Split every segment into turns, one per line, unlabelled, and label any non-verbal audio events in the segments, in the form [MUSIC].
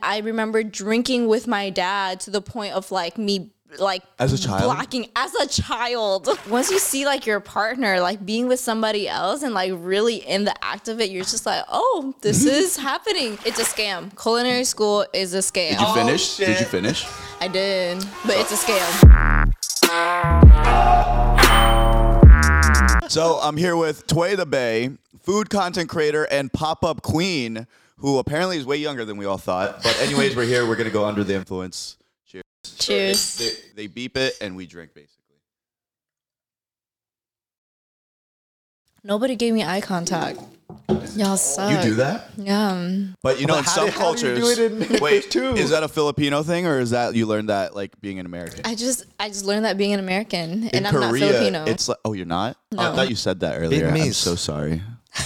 I remember drinking with my dad to the point of like me like
As a child?
blocking as a child [LAUGHS] once you see like your partner like being with somebody else and like really in the act of it you're just like oh this
Mm-hmm.
is happening it's a scam culinary school is a scam
Did you finish? Did you
shit.
finish?
i did but it's a scam
[LAUGHS] So I'm here with Tway the Bay, food content creator and pop-up queen, who apparently is way younger than we all thought. But anyways, we're here. We're gonna go under the influence. Cheers.
cheers
They, they beep it and we drink basically.
nobody gave me eye contact y'all suck
You do that,
yeah
but you know in
how
some
do- how do you
cultures.
do it in English
wait,
too?
is that a Filipino thing or is that you learned that like being an American?
I just I just learned that being an American and
in
I'm
Korea,
not Filipino.
It's like, oh, you're not. I
No.
thought you said that earlier. I'm
means.
so sorry.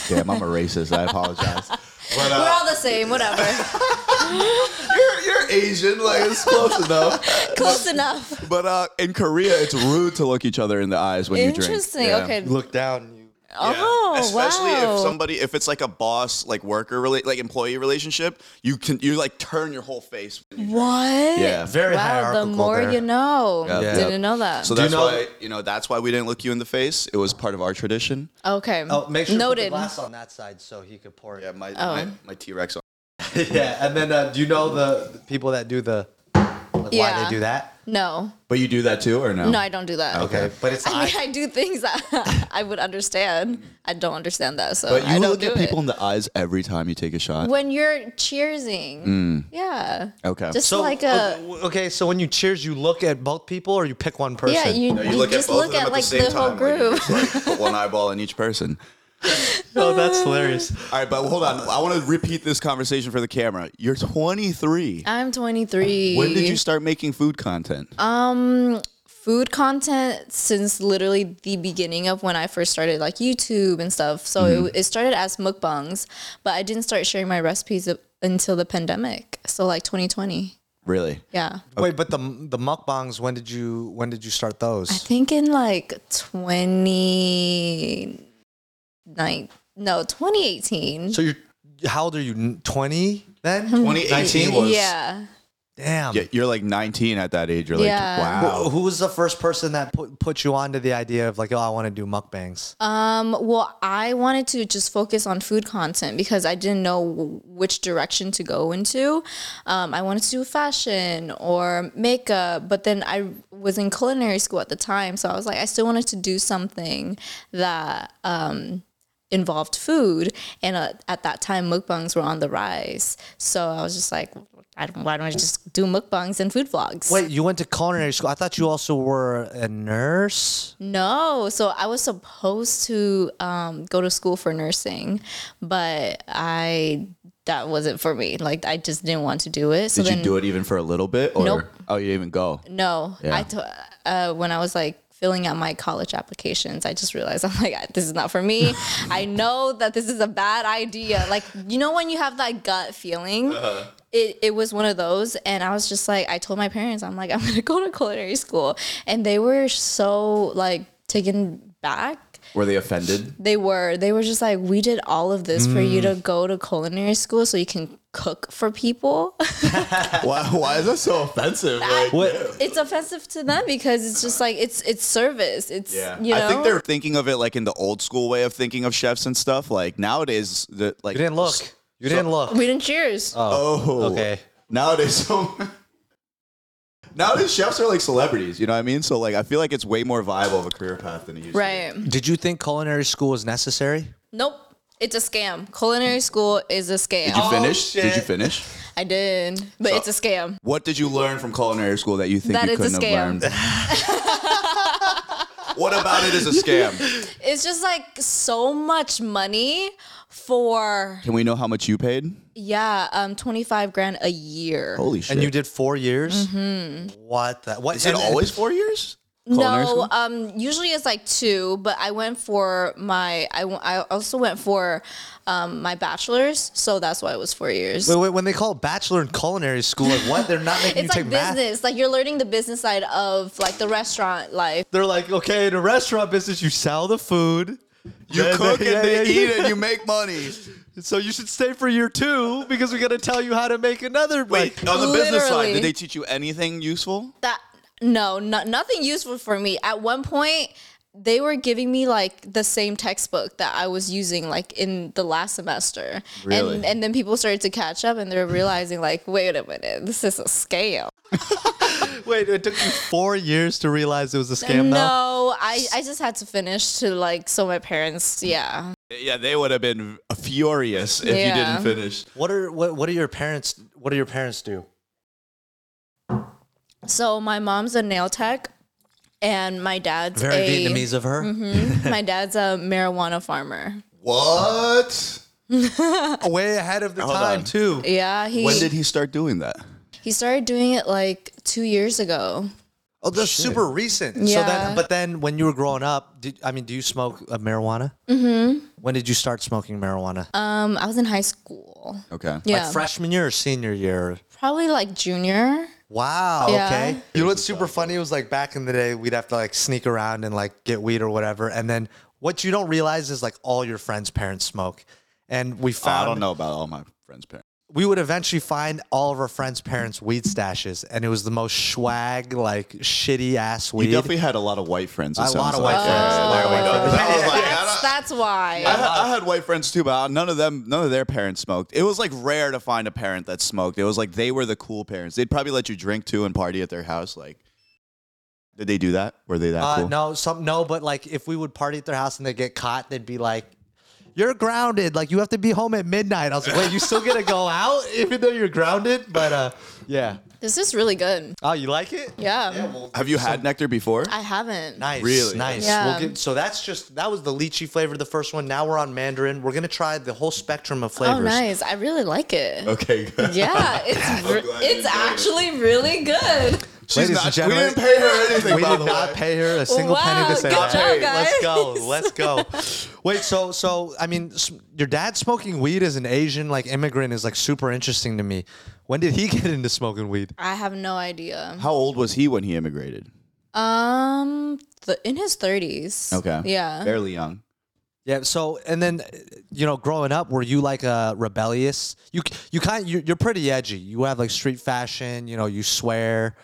Damn, I'm a racist. I apologize. But,
We're
uh,
all the same,
[LAUGHS]
whatever.
you're, you're Asian, like
[LAUGHS]
it's close enough.
Close enough.
But uh, in Korea, it's rude to look each other in the eyes when you drink.
Interesting.
Yeah.
Okay.
Look down. and You.
Yeah.
Oh,
Especially
wow.
if somebody, if it's like a boss, like worker, rela- like employee relationship, you can you like turn your whole face.
what?
Yeah.
Very
Wow, the
hierarchical.
more
there.
you know.
Yeah. Yeah.
Mm-hmm. Didn't know that.
So
Do you
that's
know-
why you know that's why we didn't look you in the face. It was part of our tradition.
okay.
Oh, make sure you put the
Noted.
glass on that side so he could pour it. [LAUGHS]
Yeah, my
Oh.
my, my T Rex.
Yeah, and then uh, do you know the, the people that do the like, why
Yeah.
they do that?
No.
But you do that too, or no?
No, I don't do that.
Okay.
Okay, but it's
[LAUGHS] I mean,
I,
I do things that [LAUGHS] I would understand. I don't understand that, so
But you
I don't
look
do
at people
it.
in the eyes every time you take a shot.
When you're cheersing, yeah,
Okay.
just
so
like uh, a
okay, okay. So when you cheers, you look at both people or you pick one person.
yeah. You,
No,
you just look at like the whole
like, you
group.
just, like, put
[LAUGHS]
one eyeball in each person.
Oh, that's hilarious.
All right, but hold on. I want to repeat this conversation for the camera. You're 23.
I'm 23.
When did you start making food content?
Um, food content since literally the beginning of when I first started like YouTube and stuff. So it, it started as mukbangs, but I didn't start sharing my recipes up until the pandemic. So like 2020.
really?
Yeah.
[LAUGHS] Wait, but the the mukbangs. When did you when did you start
I
those?
think in like 29 no, 2018.
So you're how old are you? Twenty then?
Hmm.
2018 was.
yeah.
Damn.
Yeah, you're like 19 at that age. You're like,
Yeah.
Who,
wow.
who was the first person that put put you onto the idea of like, oh, I want to do mukbangs?
Um, well, I wanted to just focus on food content because I didn't know w- which direction to go into. Um, I wanted to do fashion or makeup, but then I was in culinary school at the time, so I was like, I still wanted to do something that um, involved food. And uh, at that time, mukbangs were on the rise, so I was just like, I don't, why don't I just do mukbangs and food vlogs?
Wait, you went to culinary school. I thought you also were a nurse.
No, so I was supposed to um, go to school for nursing, but I that wasn't for me. Like I just didn't want to do it. So
Did
then
you do it even for a little bit? Or,
Nope.
Oh, you didn't even go.
no,
Yeah.
I t- uh, when I was like filling out my college applications, I just realized [LAUGHS] I'm like this is not for
[LAUGHS]
me. I know that this is a bad idea. Like you know when you have that gut feeling.
Uh-huh.
It, it was one of those and i was just like i told my parents i'm like [LAUGHS] i'm gonna go to culinary school and they were so like taken back
Were they offended?
They were. They were just like, we did all of this for you to go to culinary school so you can cook for people.
[LAUGHS]
[LAUGHS]
why, why is that so offensive? Like,
What?
it's offensive to them because it's just like it's it's service. It's you know.
I think they're thinking of it like in the old school way of thinking of chefs and stuff. Like nowadays, the, like
You didn't look. You didn't look.
we didn't cheers.
Oh,
Okay.
Nowadays, [LAUGHS] so nowadays chefs are like celebrities. You know what I mean? So like, I feel like it's way more viable of a career path than it used. to
right.
Did you think culinary school was necessary?
Nope. It's a scam. Culinary school is a scam.
be. Did you finish? Did you
shit.
finish?
I did, but it's a scam.
What did you learn from culinary school that you think
That
you
it's a
couldn't have
scam.
learned?
[LAUGHS]
what about it is a scam?
It's just like so much money for
Can we know how much you paid?
yeah, um, twenty five grand a year.
Holy shit!
And you did four years. Mm-hmm. What? The, what?
Is it
and- and-
always four years? Culinary
No,
school?
um, usually it's like two, but I went for my, I, w- I also went for um, my bachelor's, so that's why it was four years.
Wait, wait, when they call it bachelor in culinary school, like what? They're not making you
it's like
take math.
business, like you're learning the business side of like the restaurant life.
They're like, okay, in a restaurant business, you sell the food.
you
Then
cook
yeah,
and they
yeah,
eat
yeah.
[LAUGHS]
and you make money.
So you should stay for year two because we're gonna tell you how to make another.
Wait,
like,
on the business side,
literally.
did they teach you anything useful?
that no, no nothing useful for me at one point they were giving me like the same textbook that I was using like in the last semester
Really?
and and then people started to catch up and they were realizing like wait a minute this is a scam
wait, it took you four years to realize it was a scam. Now
no I, I just had to finish to like so my parents yeah
Yeah, they would have been furious if you
Yeah.
didn't finish.
What are what what are your parents what do your parents do?
so my mom's a nail tech and my dad's
Very
a Mm-hmm.
Vietnamese of her.
[LAUGHS] my dad's a marijuana farmer
What?
way ahead of the
Hold
time
on.
too.
yeah he
When did he start doing that?
he started doing it like 2 years ago
Oh,
That's super recent. So
Yeah.
then, but then when you were growing up, did, I mean, do you smoke uh, marijuana? Mm-hmm. When did you start smoking marijuana?
Um, I was in high school.
Okay.
Yeah,
Like freshman year or senior year?
probably like junior.
Wow.
Yeah.
Okay. You know what's super funny? It was like back in the day, we'd have to like sneak around and like get weed or whatever. And then what you don't realize is like all your friends' parents smoke. And we
Oh,
found
I don't know about all my friends' parents.
we would eventually find all of our friends' parents' weed stashes, and it was the most swag, like shitty ass
You
weed.
definitely had a lot of white friends. it
A lot
sounds
of
like.
Uh,
oh
white friends.
Yeah, there we go. 'Cause [LAUGHS] I was like, I
That's,
don't-
that's why.
I had, I had white friends too, but none of them, none of their parents smoked. It was like rare to find a parent that smoked. It was like they were the cool parents. They'd probably let you drink too and party at their house. Like, did they do that? Were they that
Uh,
cool?
No, some no, but like if we would party at their house and they get caught, they'd be like, "You're grounded. Like you have to be home at midnight." I was like, "Wait, you still gonna go out even though you're grounded?" But uh, yeah.
This is really good.
Oh, you like it?
Yeah,
Have you had nectar before?
I haven't.
Nice,
Really?
nice.
Yeah.
We'll get, so that's just that was the lychee flavor, the first one. Now we're on mandarin. We're gonna try the whole spectrum of flavors.
Oh, nice. I really like it.
okay, good.
Yeah,
[LAUGHS]
it's re-
glad you
it's
enjoyed it.
actually really good.
She's
Ladies
not,
and gentlemen,
we didn't pay her anything.
We
by
did
the
not
way.
pay her a single penny
Wow,
to say
good
that.
job,
Let's go.
guys.
Let's go.
[LAUGHS]
Wait, so so I mean, s- your dad smoking weed as an Asian like immigrant is like super interesting to me. When did he [LAUGHS] get into smoking weed?
I have no idea.
How old was he when he immigrated?
Um, th- in his thirties.
Okay.
Yeah.
Barely young.
Yeah. So and then, uh, you know, growing up, were you like a rebellious? You c- you kind you're, you're pretty edgy. You have like street fashion. You know, you swear.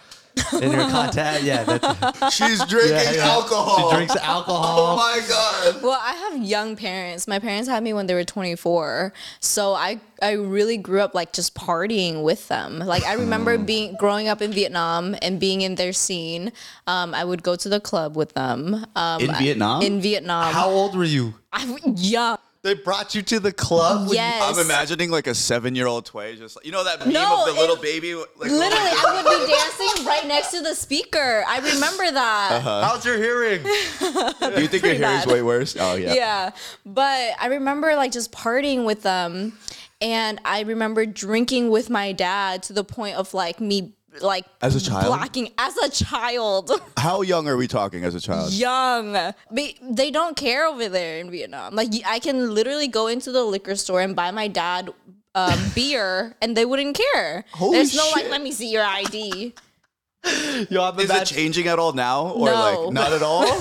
In your contact, yeah, that,
[LAUGHS]
She's drinking
yeah, yeah.
alcohol. Oh
She drinks alcohol.
my god.
Well, I have young parents. My parents had me when they were 24. So I I really grew up like just partying with them. Like I remember
Hmm.
being growing up in Vietnam and being in their scene. Um, I would go to the club with them. Um,
In Vietnam?
In Vietnam.
How old were you?
I'm young.
They brought you to the club. when you-
Yes.
I'm imagining like a seven-year-old Tway, just like, you know that meme
No,
of the little
it-
baby. Like,
[LAUGHS] Literally,
[LAUGHS]
I would be dancing right next to the speaker. I remember that.
Uh-huh.
How's your hearing?
do you think your
pretty
hair is
bad.
way worse? Oh yeah.
yeah. But I remember like just partying with them and I remember drinking with my dad to the point of like me like
As a child?
blocking as a child [LAUGHS]
How young are we talking as a child?
young Be- they don't care over there in vietnam like y- i can literally go into the liquor store and buy my dad
[LAUGHS]
um, beer and they wouldn't care
Holy
there's no like
shit.
let me see your id
Yo, I'm
Is it
imagin-
changing at all now, or
No.
like not at all?
[LAUGHS]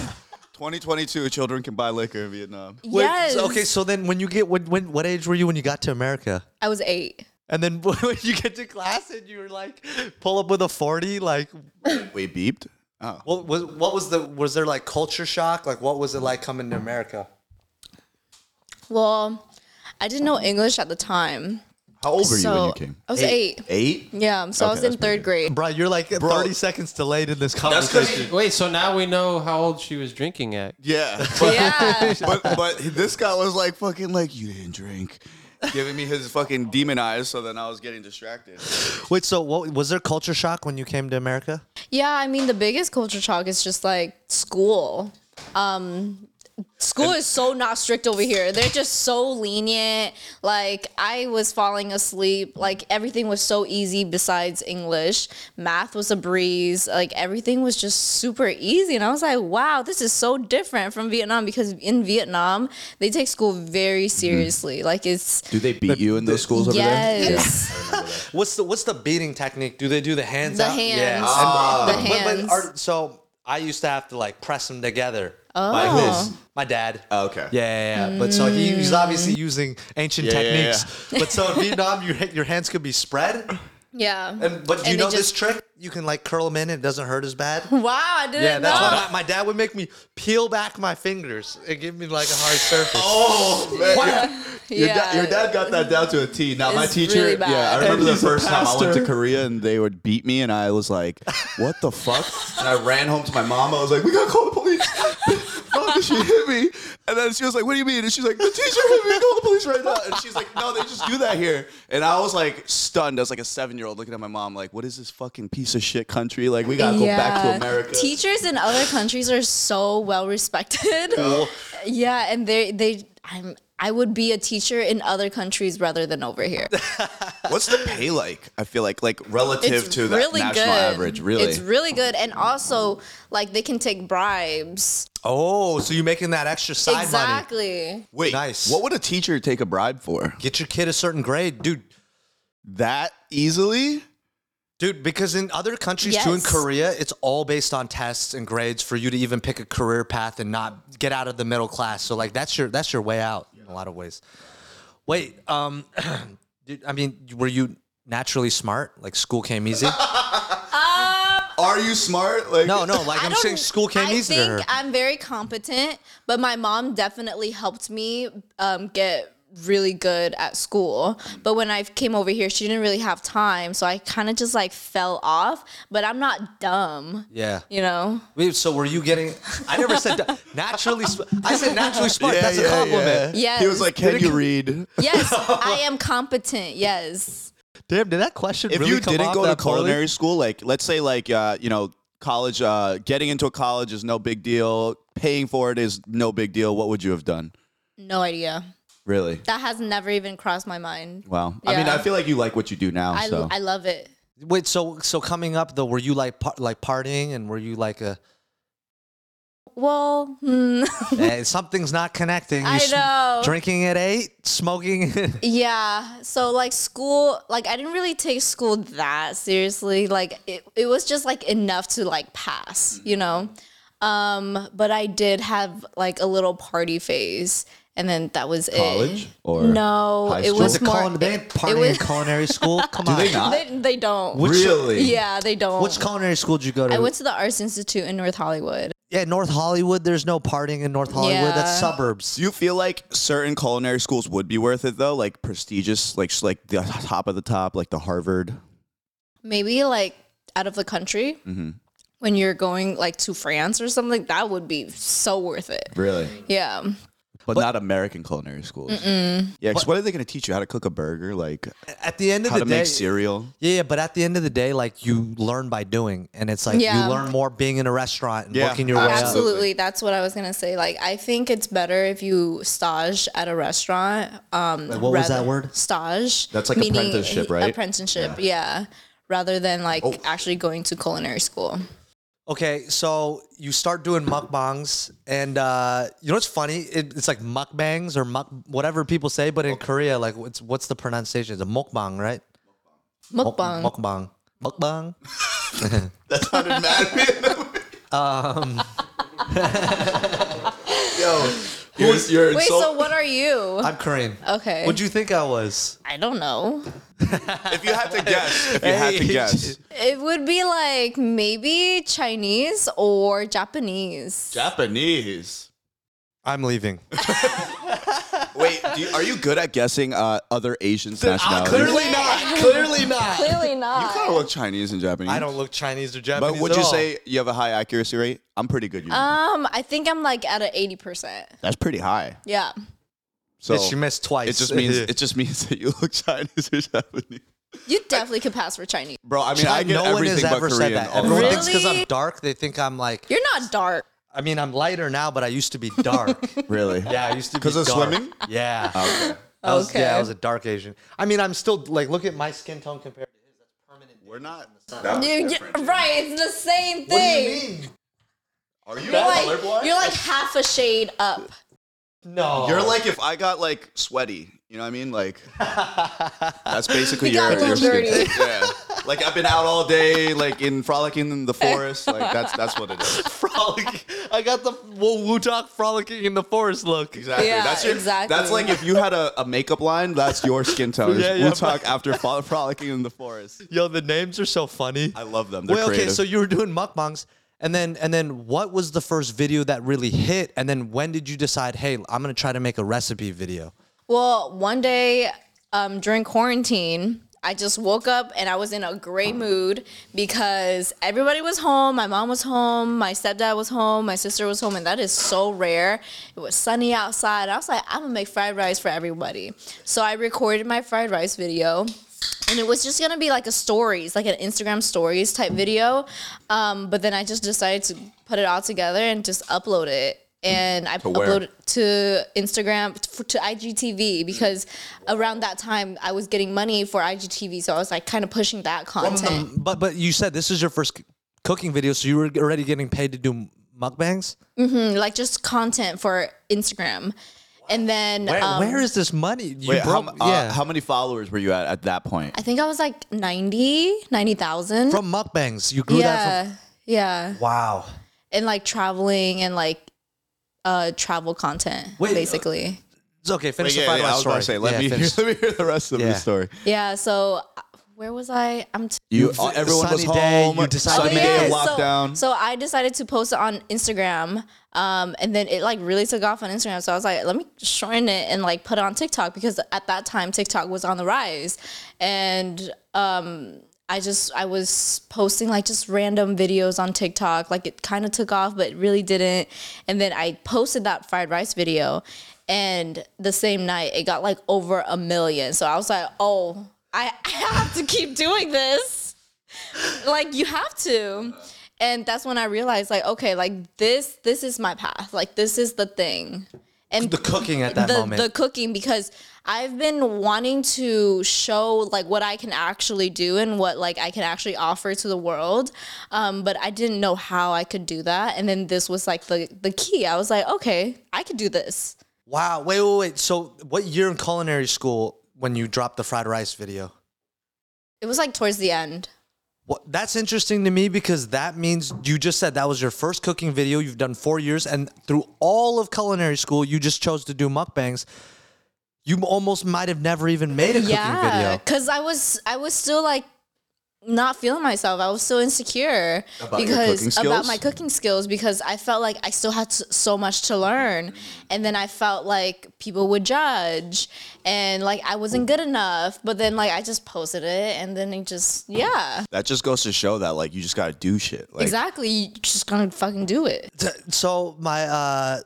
2022, children can buy liquor in Vietnam.
Wait,
yes
so- Okay, so then when you get when, when what age were you when you got to America?
i was eight
And then [LAUGHS] when you get to class and you're like pull up with a forty, like
Wait, beeped. Oh,
what was what was the was there like culture shock? Like what was it like coming to America?
well i didn't know english at the time
how old were
so
you when you came?
i was eight,
Eight.
yeah so i
Okay,
was
that's
in
pretty
third grade
Bro, you're like thirty seconds delayed in this
That's 'cause-
conversation.
Wait, so now we know how old she was drinking at.
Yeah. [LAUGHS]
yeah
but but this guy was like fucking like you didn't drink, giving me his fucking demon eyes. So then I was getting distracted.
Wait, so what was there culture shock when you came to America?
Yeah, I mean the biggest culture shock is just like school. Um school is so not strict over here. They're just so lenient. Like I was falling asleep. Like everything was so easy besides English. Math was a breeze. Like everything was just super easy and I was like, "Wow, this is so different from Vietnam because in Vietnam, they take school very seriously. Like it's
Do they beat you in those schools
Yes.
What's the what's the beating technique? Do they do the hands
The
out?
hands.
And-
The
Ah. But- but
hands.
are- so I used to have to like press them together.
Oh.
my, my dad.
Oh, okay.
Yeah, yeah, yeah. But so he, he's
Mm.
obviously using ancient
Yeah, yeah, yeah.
techniques. But so in Vietnam, your ha- your hands could be spread.
Yeah.
And but you
And they
know this
just-
trick? You can like curl them in. and It doesn't hurt as
[LAUGHS]
bad.
Wow, I didn't
Yeah, that's
know.
what I, my dad would make me peel back my fingers and give me like a hard surface.
Oh man, your, da- your dad got that down to a T. Now my
It's
teacher,
really bad.
yeah, I
And
remember the
he's a
first time I went to
pastor.
Korea and they would beat me, and I was like, "What the fuck?" and I ran home to my mom. I was like, "We gotta call the police." [LAUGHS] Mom, she hit me, and then she was like, "What do you mean?" And she's like, "The teacher hit me. Call the police right now." And she's like, "No, they just do that here." And I was like stunned. I was like a seven-year-old looking at my mom, like, "What is this fucking piece of shit country? Like, we gotta go back to America."
Teachers in other countries are so well respected. Yeah, and they they I'm I would be a teacher in other countries rather than over
[LAUGHS]
here.
What's the pay like? I feel like, like relative
It's
to the
really
national
good.
average, really.
It's really good and also like they can take bribes.
Oh, so you're making that extra side money.
exactly.
Wait,
Nice.
What would a teacher take a bribe for?
Get your kid a certain grade, dude.
That easily?
Dude, because in other countries too, in
Yes.
Korea, it's all based on tests and grades for you to even pick a career path and not get out of the middle class. So like that's your that's your way out in a lot of ways. Wait, um, [CLEARS THROAT] dude, I mean, were you naturally smart? Like school
[LAUGHS]
came easy?
Are you smart? Like
No, no. Like I'm
don't-
saying, school came
I
easy to
think
her.
I'm very competent, but my mom definitely helped me um, get really good at school. But when I came over here, she didn't really have time, so I kind of just like fell off. But I'm not dumb,
yeah.
you
[LAUGHS]
know.
Wait, so were you getting? I never said that. naturally. Sp- I said naturally smart.
Yeah,
That's a
yeah,
compliment.
Yes,
He was like, "Can you
[LAUGHS]
read?"
yes, I am competent. Yes,
Damn, did that question
If
really
you
come
didn't
off
go to
that poorly?
culinary school, like let's say, like uh, you know, college, uh, getting into a college is no big deal. Paying for it is no big deal. What would you have done?
no idea.
Really?
That has never even crossed my mind.
Wow. I mean,
Yeah.
I feel like you like what you do now.
I,
so
I love it.
Wait, so so coming up though, were you like par- like partying and were you like a
Well, hmm. [LAUGHS]
[LAUGHS] eh, something's not connecting? You
I
sm-
know.
Drinking at eight, smoking. [LAUGHS]
Yeah. So like school, like I didn't really take school that seriously. Like it, it was just like enough to like pass, you know. Um, but I did have like a little party phase, and then that was
college
it.
or
No,
high
it
school?
was
Was it
more-
culin- they
it-
ain't
it
partying
was-
in culinary school? Come on.
they not?
[LAUGHS] They, they don't.
really?
Yeah, they don't.
Which culinary school did you go to?
I went to the Arts Institute in North Hollywood.
yeah, North Hollywood. There's no partying in North Hollywood. That's
Yeah.
suburbs.
Do you feel like certain culinary schools would be worth it though? Like prestigious, like s- like the top of the top, like the Harvard.
Maybe like out of the country. When you're going like to France or something, that would be so worth it.
Really?
Yeah.
but, not American culinary schools. Yeah, because what are they going to teach you how to cook a burger, like
At the end of
how
the
to
day,
make
[LAUGHS]
cereal?
Yeah, yeah, but at the end of the day, like you learn by doing, and it's like
Yeah.
you learn more being in a restaurant and
Yeah,
working your way
Absolutely.
up.
That's what I was gonna say. Like, I think it's better if you stage at a restaurant. Um,
what was that
rather-
word?
Stage.
That's like
meaning
apprenticeship,
a-
right?
Apprenticeship, yeah. Rather than like actually going to culinary school.
Okay, so you start doing mukbangs, and uh, you know what's funny? It, it's like mukbangs or muk, whatever people say, but in Korea, like what's what's the pronunciation? It's a mukbang, right? Muk-
Mukbang.
Mukbang. Mukbang.
That sounded mad. um. [LAUGHS]
[LAUGHS]
Yo, you're, you're
Wait,
insult-
so what are you?
I'm Korean.
Okay.
What'd you think I was?
I don't know.
if you had to guess, if you had to
Hey.
guess,
It would be like maybe Chinese or Japanese.
Japanese.
I'm [LAUGHS] leaving.
Wait, do you, are you good at guessing uh, other Asian nationalities?
Clearly not. Clearly not.
Clearly
you
not.
kind of look Chinese and Japanese.
I don't look Chinese or Japanese.
But would
at
you
all.
say you have a high accuracy rate? I'm pretty good.
Uh,
usually.
um, I think I'm like at an eighty percent.
That's pretty high.
Yeah.
So
she missed twice?
It just means
[LAUGHS]
it just means that you look [LAUGHS] Chinese or Japanese.
You definitely could pass for Chinese.
Bro, I mean, I get
no one
everything
has
but
ever
Korean.
said that.
all the
Everyone
time.
Really?
thinks because I'm dark, they think I'm like.
You're not dark.
I mean, I'm lighter now, but I used to be [LAUGHS] dark.
Really?
Yeah, I used to be
'Cause of
dark.
swimming?
Yeah. Okay. I was,
Okay.
Yeah, I was a dark Asian. I mean, I'm still like, look at my skin tone compared. to
We're not.
You, you- right, it's the same thing.
mean?
Are you
You're like, you're like half a shade up.
No.
You're like if I got like sweaty. You know what I mean? Like that's basically
He
your,
got a
your
little
skin. Yeah. Like I've been out all day, like in frolicking in the forest. Like that's that's what it is.
[LAUGHS] Frolic. I got the Wu Talk frolicking in the forest look.
Exactly.
Yeah,
that's your, That's
exactly.
like if you had a, a makeup line, that's your skin tone.
Yeah,
yeah,
yeah,
we talk after fro- frolicking in the forest.
Yo, the names are so funny.
I love them. They're
Well, okay,
creative.
so you were doing mukbangs, and then and then what was the first video that really hit? And then when did you decide, hey, I'm gonna try to make a recipe video?
Well, one day um, during quarantine, I just woke up and I was in a great mood because everybody was home. My mom was home. My stepdad was home. My sister was home. And that is so rare. It was sunny outside. I was like, I'm going to make fried rice for everybody. So I recorded my fried rice video. And it was just gonna be like a stories, like an Instagram stories type video. Um, but then I just decided to put it all together and just upload it. And I
where?
uploaded to Instagram to, to IGTV because around that time I was getting money for IGTV, so I was like kind of pushing that content.
Um, But but you said this is your first c- cooking video, so you were already getting paid to do m- mukbangs.
Mm, like just content for Instagram. And then
Where,
um,
where is this money? You
Wait, how,
broke-
m- uh,
yeah,
how many followers were you at at that point?
I think I was like 90, 90,000.
from mukbangs you grew that
Yeah. Yeah.
from. Wow.
and like traveling and like uh travel content
Wait, uh,
basically
It's okay. Finish
Wait,
the fried
I
rice
was
story.
gonna say, let
Yeah,
me
[LAUGHS]
hear, [LAUGHS]
finish.
let me hear the rest of
Yeah.
the story.
yeah so uh, where was i i'm t-
You, uh,
v-
everyone was
sunny day,
home.
you decided-
sunny
Oh, yeah,
day of
so-
lockdown.
So, I decided to post it on Instagram, um, and then it like really took off on Instagram. So I was like, let me shorten it and like put it on TikTok because at that time TikTok was on the rise, and um, I just I was posting like just random videos on TikTok. Like it kind of took off, but it really didn't. And then I posted that fried rice video, and the same night it got like over a million. So I was like, oh. I, [LAUGHS] I have to keep doing this like you have to and that's when i realized like okay like this this is my path like this is the thing and
the cooking at that
the,
moment.
the cooking because i've been wanting to show like what i can actually do and what like i can actually offer to the world um, but i didn't know how i could do that and then this was like the the key i was like okay i could do this
wow. Wait, wait, wait. So what year in culinary school when you dropped the fried rice video?
it was like towards the end
Well, that's interesting to me because that means you just said that was your first cooking video. You've done four years, and through all of culinary school, you just chose to do mukbangs. You almost might have never even made a cooking video.
because I was I was still like not feeling myself. I was still insecure
your
because
cooking
about
skills?
my cooking skills because I felt like I still had s- so much to learn, and then I felt like people would judge and like I wasn't good enough. But then like I just posted it, and then it just yeah,
that just goes to show that like you just gotta do shit. Like,
exactly. You just gonna fucking do it.
So my uh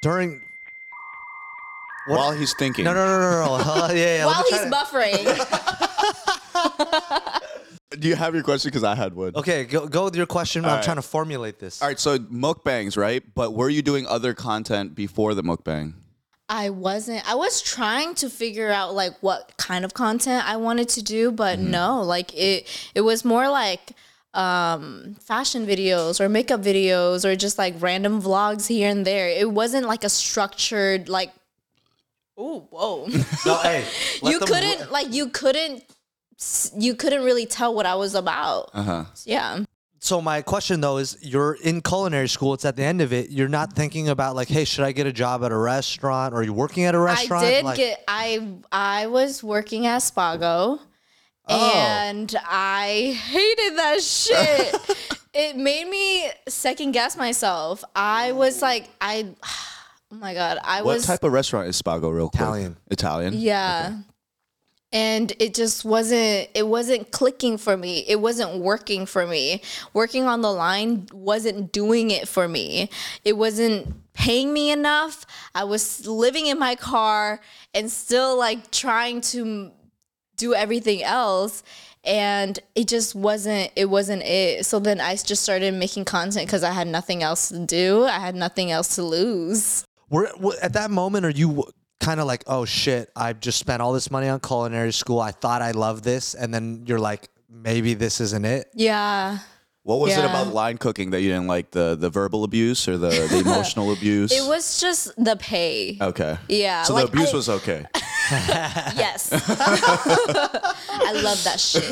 during
While he's thinking,
no no no no [LAUGHS] no yeah, yeah let
While
me try
he's
to- [LAUGHS]
buffering,
do you have your question? Because I had one.
okay go go with your question. I'm trying to formulate this.
All right, so mukbangs, right? But were you doing other content before the mukbang?
I wasn't. I was trying to figure out like what kind of content I wanted to do, but
Mm-hmm.
no, like it it was more like um fashion videos or makeup videos or just like random vlogs here and there. It wasn't like a structured like Oh, [LAUGHS] whoa.
No, [LAUGHS] hey, let
you
them-
couldn't like you couldn't s- you couldn't really tell what I was about.
Uh.
Uh-huh.
Yeah.
So my question though is, you're in culinary school. It's at the end of it. You're not thinking about like, hey, should I get a job at a restaurant? Or are you working at a
I
restaurant?
did
Like-
get I I was working at Spago and I hated that shit. it made me second guess myself. I was like I [SIGHS] oh my god, I
What
was
type of restaurant is Spago real quick?
Italian.
Italian?
yeah. And it just wasn't it wasn't clicking for me. It wasn't working for me. Working on the line wasn't doing it for me. It wasn't paying me enough. I was living in my car and still like trying to do everything else and it just wasn't it wasn't it so then i just started making content because i had nothing else to do i had nothing else to lose
Were, were- at that moment, are you kind of like, oh shit, I've just spent all this money on culinary school. I thought I loved this, and then you're like, maybe this isn't it.
yeah
What was it
Yeah.
about line cooking that you didn't like? The the verbal abuse or the,
[LAUGHS]
the emotional abuse?
it was just the pay
okay.
yeah
So
like,
the abuse
I-
was
[LAUGHS]
okay.
yes i love that shit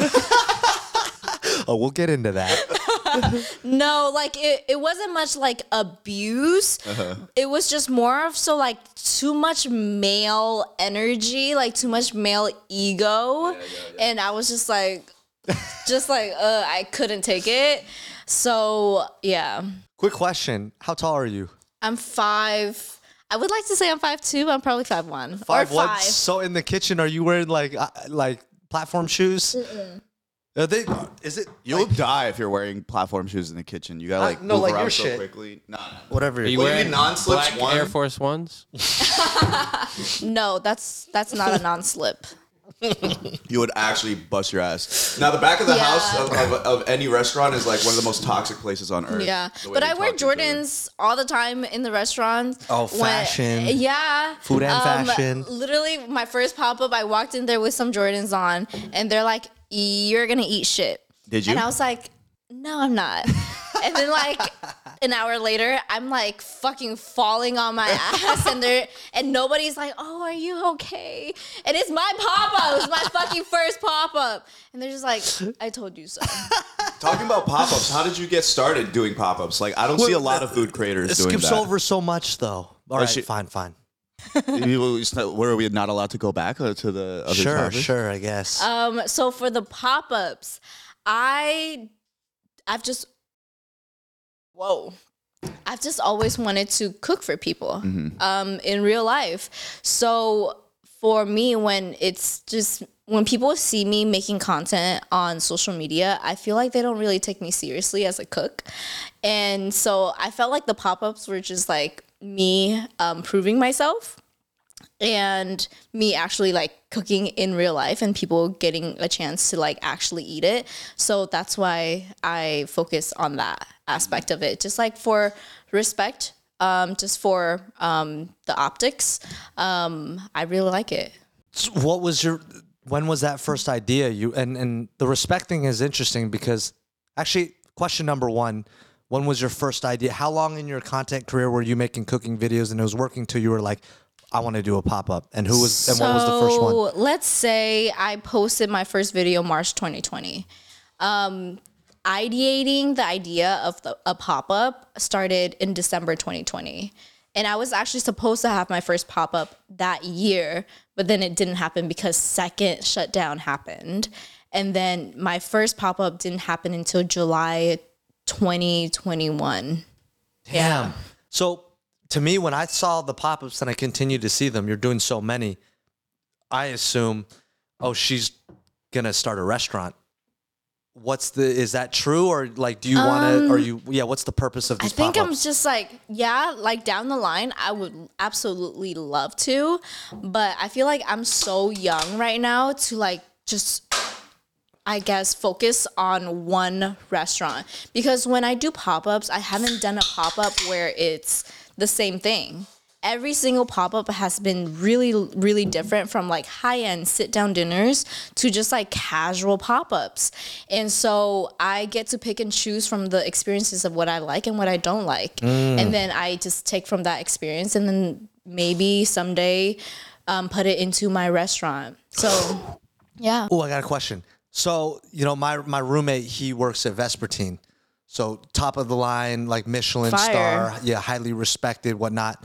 Oh, we'll get into that.
No, like it, it wasn't much like abuse. It was just more of so like too much male energy, like too much male ego. And I was just like just like uh I couldn't take it. So yeah.
Quick question: How tall are you?
I'm five I would like to say I'm five two, but I'm probably five one. or
one.
five.
So in the kitchen, are you wearing like uh, like platform shoes? Are they? Is it
You'll die if you're wearing platform shoes in the kitchen. You gotta
Uh,
like
no,
move
like your
around so
shit.
quickly. Nah, nah.
whatever?
Are you
What, you
wearing
mean non-slips
black
one?
Air Force Ones?
No, that's that's not a non slip.
you would actually bust your ass.
Now the back of the
Yeah.
house of, of, of any restaurant is like one of the most toxic places on earth.
Yeah,
The way
but
they
I wear
talk to each other.
Jordans all the time in the restaurant.
Oh, fashion.
yeah, Um,
Food and fashion.
Literally, my first pop up, I walked in there with some Jordans on, and they're like, "You're gonna eat shit."
Did you?
And I was like, "No, I'm not." and then
[LAUGHS]
like an hour later, I'm like fucking falling on my ass, and they're and nobody's like, "Oh, are you okay?" And it's my pop up. It's my fucking first pop up, and they're just like, "I told you so."
Talking about pop-ups, how did you get started doing pop-ups? Like I don't see a lot of food
It
creators doing
skips
that.
over so much though.
Oh,
All right,
shit.
fine, fine.
You- it's not- Where are we not allowed to go back uh, to the other
Sure,
topic?
sure. I guess.
Um, so for the pop-ups, I I've just whoa. I've just always wanted to cook for people um, in real life. So for me, when it's just when people see me making content on social media, I feel like they don't really take me seriously as a cook. And so I felt like the pop ups were just like me um, proving myself and me actually like cooking in real life and people getting a chance to like actually eat it. So that's why I focus on that aspect of it, just like for respect, um, just for um, the optics. Um, I really like it.
what was your when was that first idea you and and the respect thing is interesting because actually question number one when was your first idea how long in your content career were you making cooking videos and it was working till you were like i want to do a pop-up and who was and what was the first one
So, let's say I posted my first video March 2020. Um, ideating the idea of the, a pop up started in December 2020. And I was actually supposed to have my first pop up that year, but then it didn't happen because second shutdown happened. And then my first pop up didn't happen until July 2021.
Damn. So to me, when I saw the pop ups and I continue to see them, you're doing so many. I assume, oh, she's gonna start a restaurant. What's the? Is that true, or like, do you want to? Are you? Yeah. What's the purpose of
Um, I
these
think
pop
I'm
ups?
just like, yeah, like down the line, I would absolutely love to, but I feel like I'm so young right now to like just, I guess, focus on one restaurant. Because when I do pop ups, I haven't done a pop up where it's the same thing. Every single pop up has been really, really different from like high end sit down dinners to just like casual pop ups. And so I get to pick and choose from the experiences of what I like and what I don't like. And then I just take from that experience and then maybe someday um, put it into my restaurant. So, yeah.
Oh, I got a question. So you know, my my roommate he works at Vespertine, so top of the line, like Michelin
Fire.
star, yeah, highly respected, whatnot.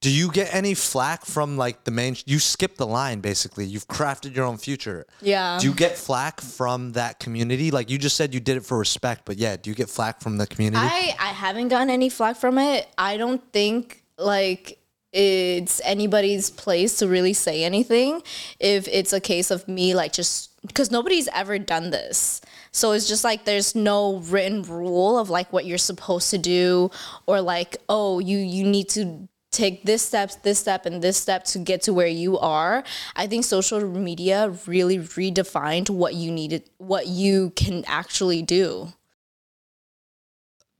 Do you get any flack from like the main? You skip the line basically. You've crafted your own future.
Yeah.
Do you get flack from that community? Like you just said, you did it for respect, but yeah, do you get flack from the community?
I, I haven't gotten any flack from it. I don't think like it's anybody's place to really say anything if it's a case of me like just because nobody's ever done this. So it's just like there's no written rule of like what you're supposed to do or like oh you you need to take this step, this step, and this step to get to where you are. I think social media really redefined what you needed, what you can actually do.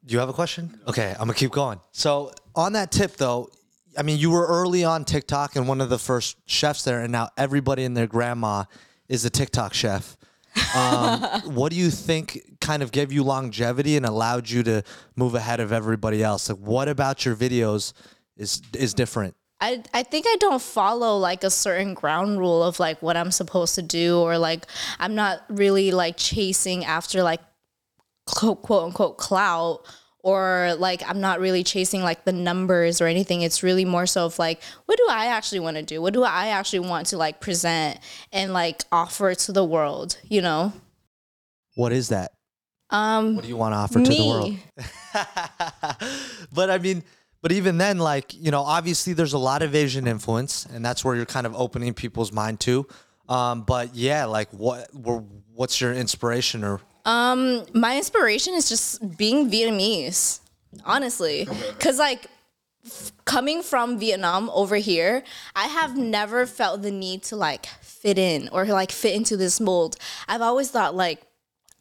Do you have a question? Okay, I'm gonna keep going. So on that tip though, I mean, you were early on TikTok and one of the first chefs there, and now everybody and their grandma is a TikTok chef.
[LAUGHS]
Um, what do you think kind of gave you longevity and allowed you to move ahead of everybody else? Like, what about your videos is is different?
I, I think I don't follow like a certain ground rule of like what I'm supposed to do or like I'm not really like chasing after like quote, quote unquote clout or like I'm not really chasing like the numbers or anything. It's really more so of like what do I actually want to do? What do I actually want to like present and like offer to the world, you know?
What is that?
Um
What do you want to offer to the world?
me.
[LAUGHS] but I mean, but even then, like, you know, obviously there's a lot of Asian influence, and that's where you're kind of opening people's mind to. Um, but yeah, like, what, were, what's your inspiration or
my inspiration is just being Vietnamese, honestly. Because, like, f- coming from Vietnam over here, I have never felt the need to, like, fit in or, like, fit into this mold. I've always thought, like,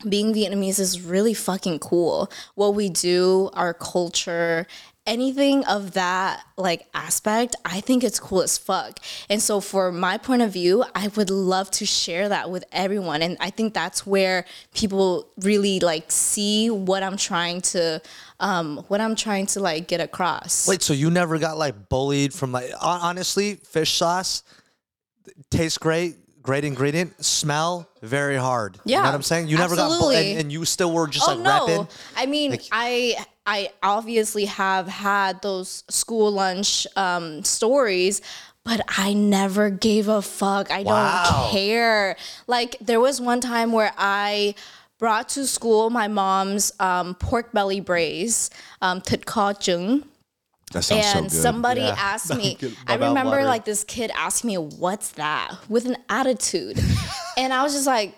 being Vietnamese is really fucking cool. What we do, our culture, anything of that like aspect, I think it's cool as fuck. And so for my point of view, I would love to share that with everyone. And I think that's where people really like see what I'm trying to um what I'm trying to like get across.
Wait, so you never got like bullied from like hon- honestly, fish sauce tastes great, great ingredient, smell very hard. you
Yeah,
know what I'm saying. You never got bullied,
absolutely. Oh,
and, and you still were just like rapping.
I mean, I I obviously have had those school lunch um, stories, but I never gave a fuck. I
Wow.
don't care. Like there was one time where I brought to school my mom's um, pork belly braise, um, thịt kho trứng
That sounds
and somebody asked me i
mouth
remember
watered.
like this kid asked me what's that with an attitude and i was just like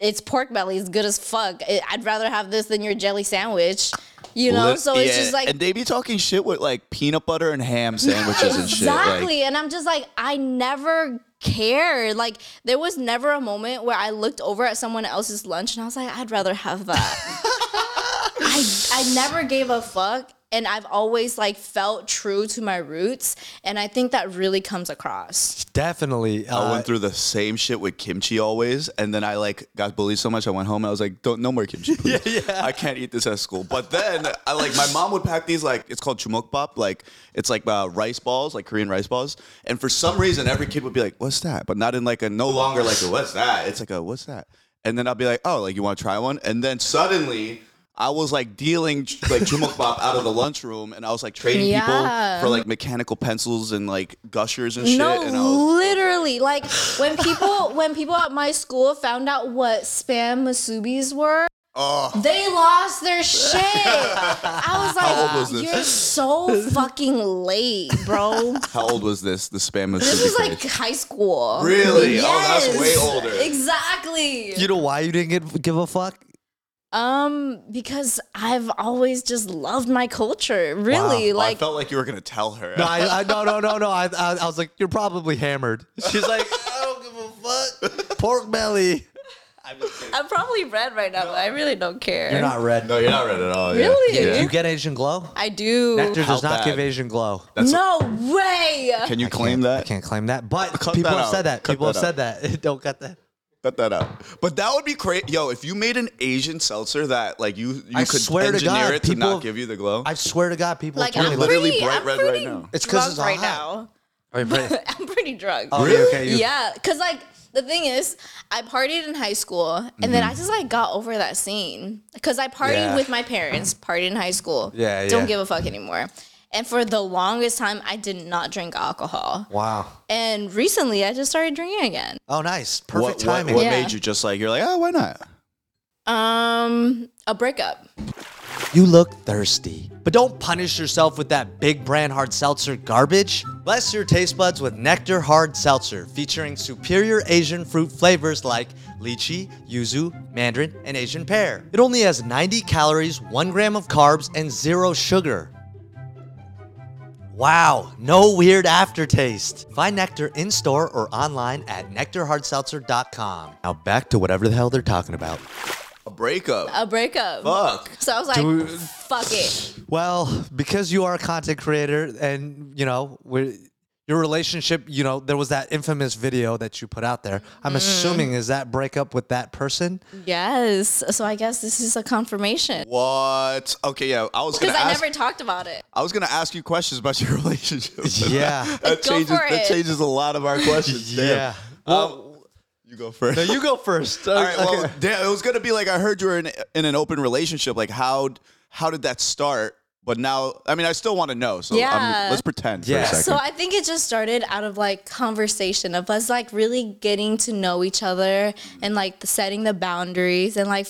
it's pork belly it's good as fuck I- i'd rather have this than your jelly sandwich you know
Lit-
so it's
yeah,
just like
and they be talking shit with like peanut butter and ham sandwiches and shit.
Exactly.
Like,
and I'm just like, I never cared. Like, there was never a moment where I looked over at someone else's lunch and I was like, I'd rather have
[LAUGHS]
that. I, I never gave a fuck. And I've always like felt true to my roots. And I think that really comes across.
Definitely.
I
uh,
went through the same shit with kimchi always, and then I like got bullied so much. I went home and I was like, "Don't no more
[LAUGHS]
kimchi, please. I can't eat this at school." But then I like my mom would pack these like it's called chumokbap, like it's like uh, rice balls, like Korean rice balls. And for some reason, every kid would be like, "What's that?" But not in like a no longer like a "What's that?" It's like a "What's that?" And then I'll be like, "Oh, like you want to try one?" And then suddenly. I was like dealing like chumokbap out of the lunchroom, and I was like trading
Yeah.
people for like mechanical pencils and like gushers and shit. and I was,
No, literally. Like when people when people at my school found out what spam masubis were,
oh,
they lost their shit. I was like,
old was this?
you're so fucking late, bro.
How old was this? The spam was
This was like high school.
Really? Oh, that's way older.
Exactly.
you know why you didn't get, give a fuck?
Um, because I've always just loved my culture. Really,
Oh, I
like
felt like you were gonna tell her.
No, I, I no no no no. I, I I was like, you're probably hammered. She's like,
[LAUGHS]
I don't give a fuck. Pork belly.
I'm probably red right now, but I really don't care.
You're not red.
no, you're not red at all. yeah.
Really?
Yeah.
You get Asian glow.
I do.
Nectar does
How
not give
bad?
Asian glow.
no way.
Can you
I
claim
can't-
that?
I can't claim that. But
Cut
people
that
have said
out.
that.
Cut
people
that
have said that. [LAUGHS] Don't cut that.
Cut that out. But that would be crazy. Yo, if you made an Asian seltzer that like you you
I
could
swear to
engineer
God,
it to
people-
not give you the glow.
I swear to God, people
Like
told
I'm
me, like,
literally
pretty,
bright
I'm
red right
pretty
now.
It's 'cause
drunk
it's
right
hot.
now. [LAUGHS]
I mean, but-
I'm pretty drunk. [LAUGHS]
Oh, really? Okay, you-
yeah, because like the thing is, I partied in high school, and then I just like got over that scene because I partied
Mm-hmm. Yeah.
with my
[LAUGHS]
parents, partied in high school.
Yeah,
don't
yeah.
give a fuck anymore. And for the longest time, I did not drink alcohol.
Wow.
And recently, I just started drinking again.
Oh, nice. Perfect
what what,
timing.
what
Yeah.
made you just like you're like oh why not?
Um, a breakup.
You look thirsty. But don't punish yourself with that big brand hard seltzer garbage. Bless your taste buds with Nectar Hard Seltzer, featuring superior Asian fruit flavors like lychee, yuzu, mandarin, and Asian pear. It only has 90 calories, 1 gram of carbs, and zero sugar. Wow, no weird aftertaste. Find Nectar in store or online at nectarhardseltzer.com. Now back to whatever the hell they're talking about.
A breakup.
A breakup.
Fuck.
So I was like, fuck it.
Well, because you are a content creator and you know, we're your relationship, you know, there was that infamous video that you put out there. I'm
Mm-hmm.
assuming is that breakup with that person?
Yes. So I guess this is a confirmation
What? Okay, yeah. I was
because
gonna
I
ask.
never talked about it.
I was gonna ask you questions about your [LAUGHS] relationship.
Yeah.
that
Go
changes.
for it.
That changes a lot of our questions.
[LAUGHS] Yeah.
Damn. Um, you go
[LAUGHS]
first.
You go first.
Uh, All right. Well, damn, it was gonna be like I heard you were in, in an open relationship. Like how how did that start? But now, I mean, I still want to know. So
Yeah.
I'm, let's pretend
Yeah.
for a second.
So I think it just started out of like conversation of us like really getting to know each other and like the- setting the boundaries and like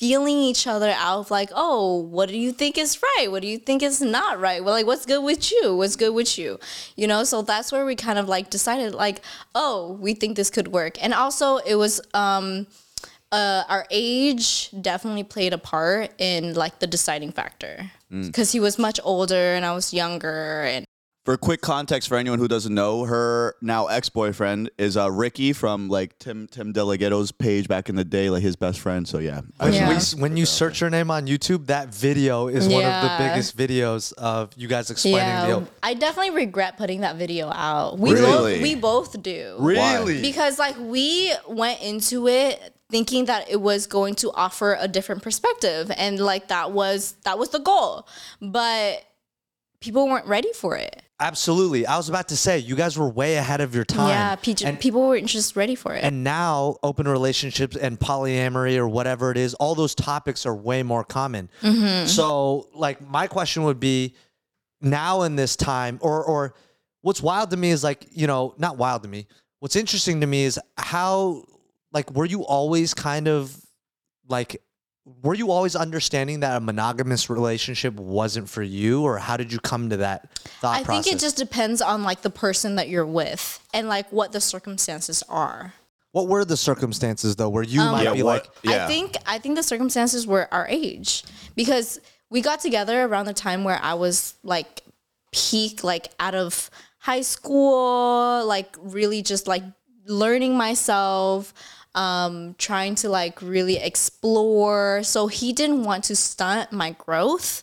feeling each other out of like, oh, what do you think is right? What do you think is not right? Well, like what's good with you? What's good with you? You know, so that's where we kind of like decided like, oh, we think this could work. And also it was um uh, our age definitely played a part in like the deciding factor because he was much older and I was younger and
for quick context for anyone who doesn't know, her now ex boyfriend is uh, Ricky from like Tim Tim Delaghetto's page back in the day, like his best friend. So yeah, I-
When,
Yeah.
we- when you search your name on YouTube, that video is one of the
Yeah.
biggest videos of you guys explaining the.
I definitely regret putting that video out. We
Really?
both we both do.
Really?
Because like we went into it thinking that it was going to offer a different perspective and like that was that was the goal. But people weren't ready for it.
Absolutely, I was about to say you guys were way ahead of your time.
Yeah, pe-
and,
people weren't just ready for it.
and now open relationships and polyamory or whatever it is, all those topics are way more common.
Mm-hmm.
So, like, my question would be, now in this time, or or what's wild to me is like, you know, not wild to me. What's interesting to me is how, like, were you always kind of like were you always understanding that a monogamous relationship wasn't for you or how did you come to that thought
I
process
think it just depends on like the person that you're with and like what the circumstances are.
what were the circumstances though where you
Um,
might
yeah,
be
what-
like
I think I think the circumstances were our age because we got together around the time where I was like peak, like out of high school, like really just like learning myself, um, trying to like really explore. So he didn't want to stunt my growth.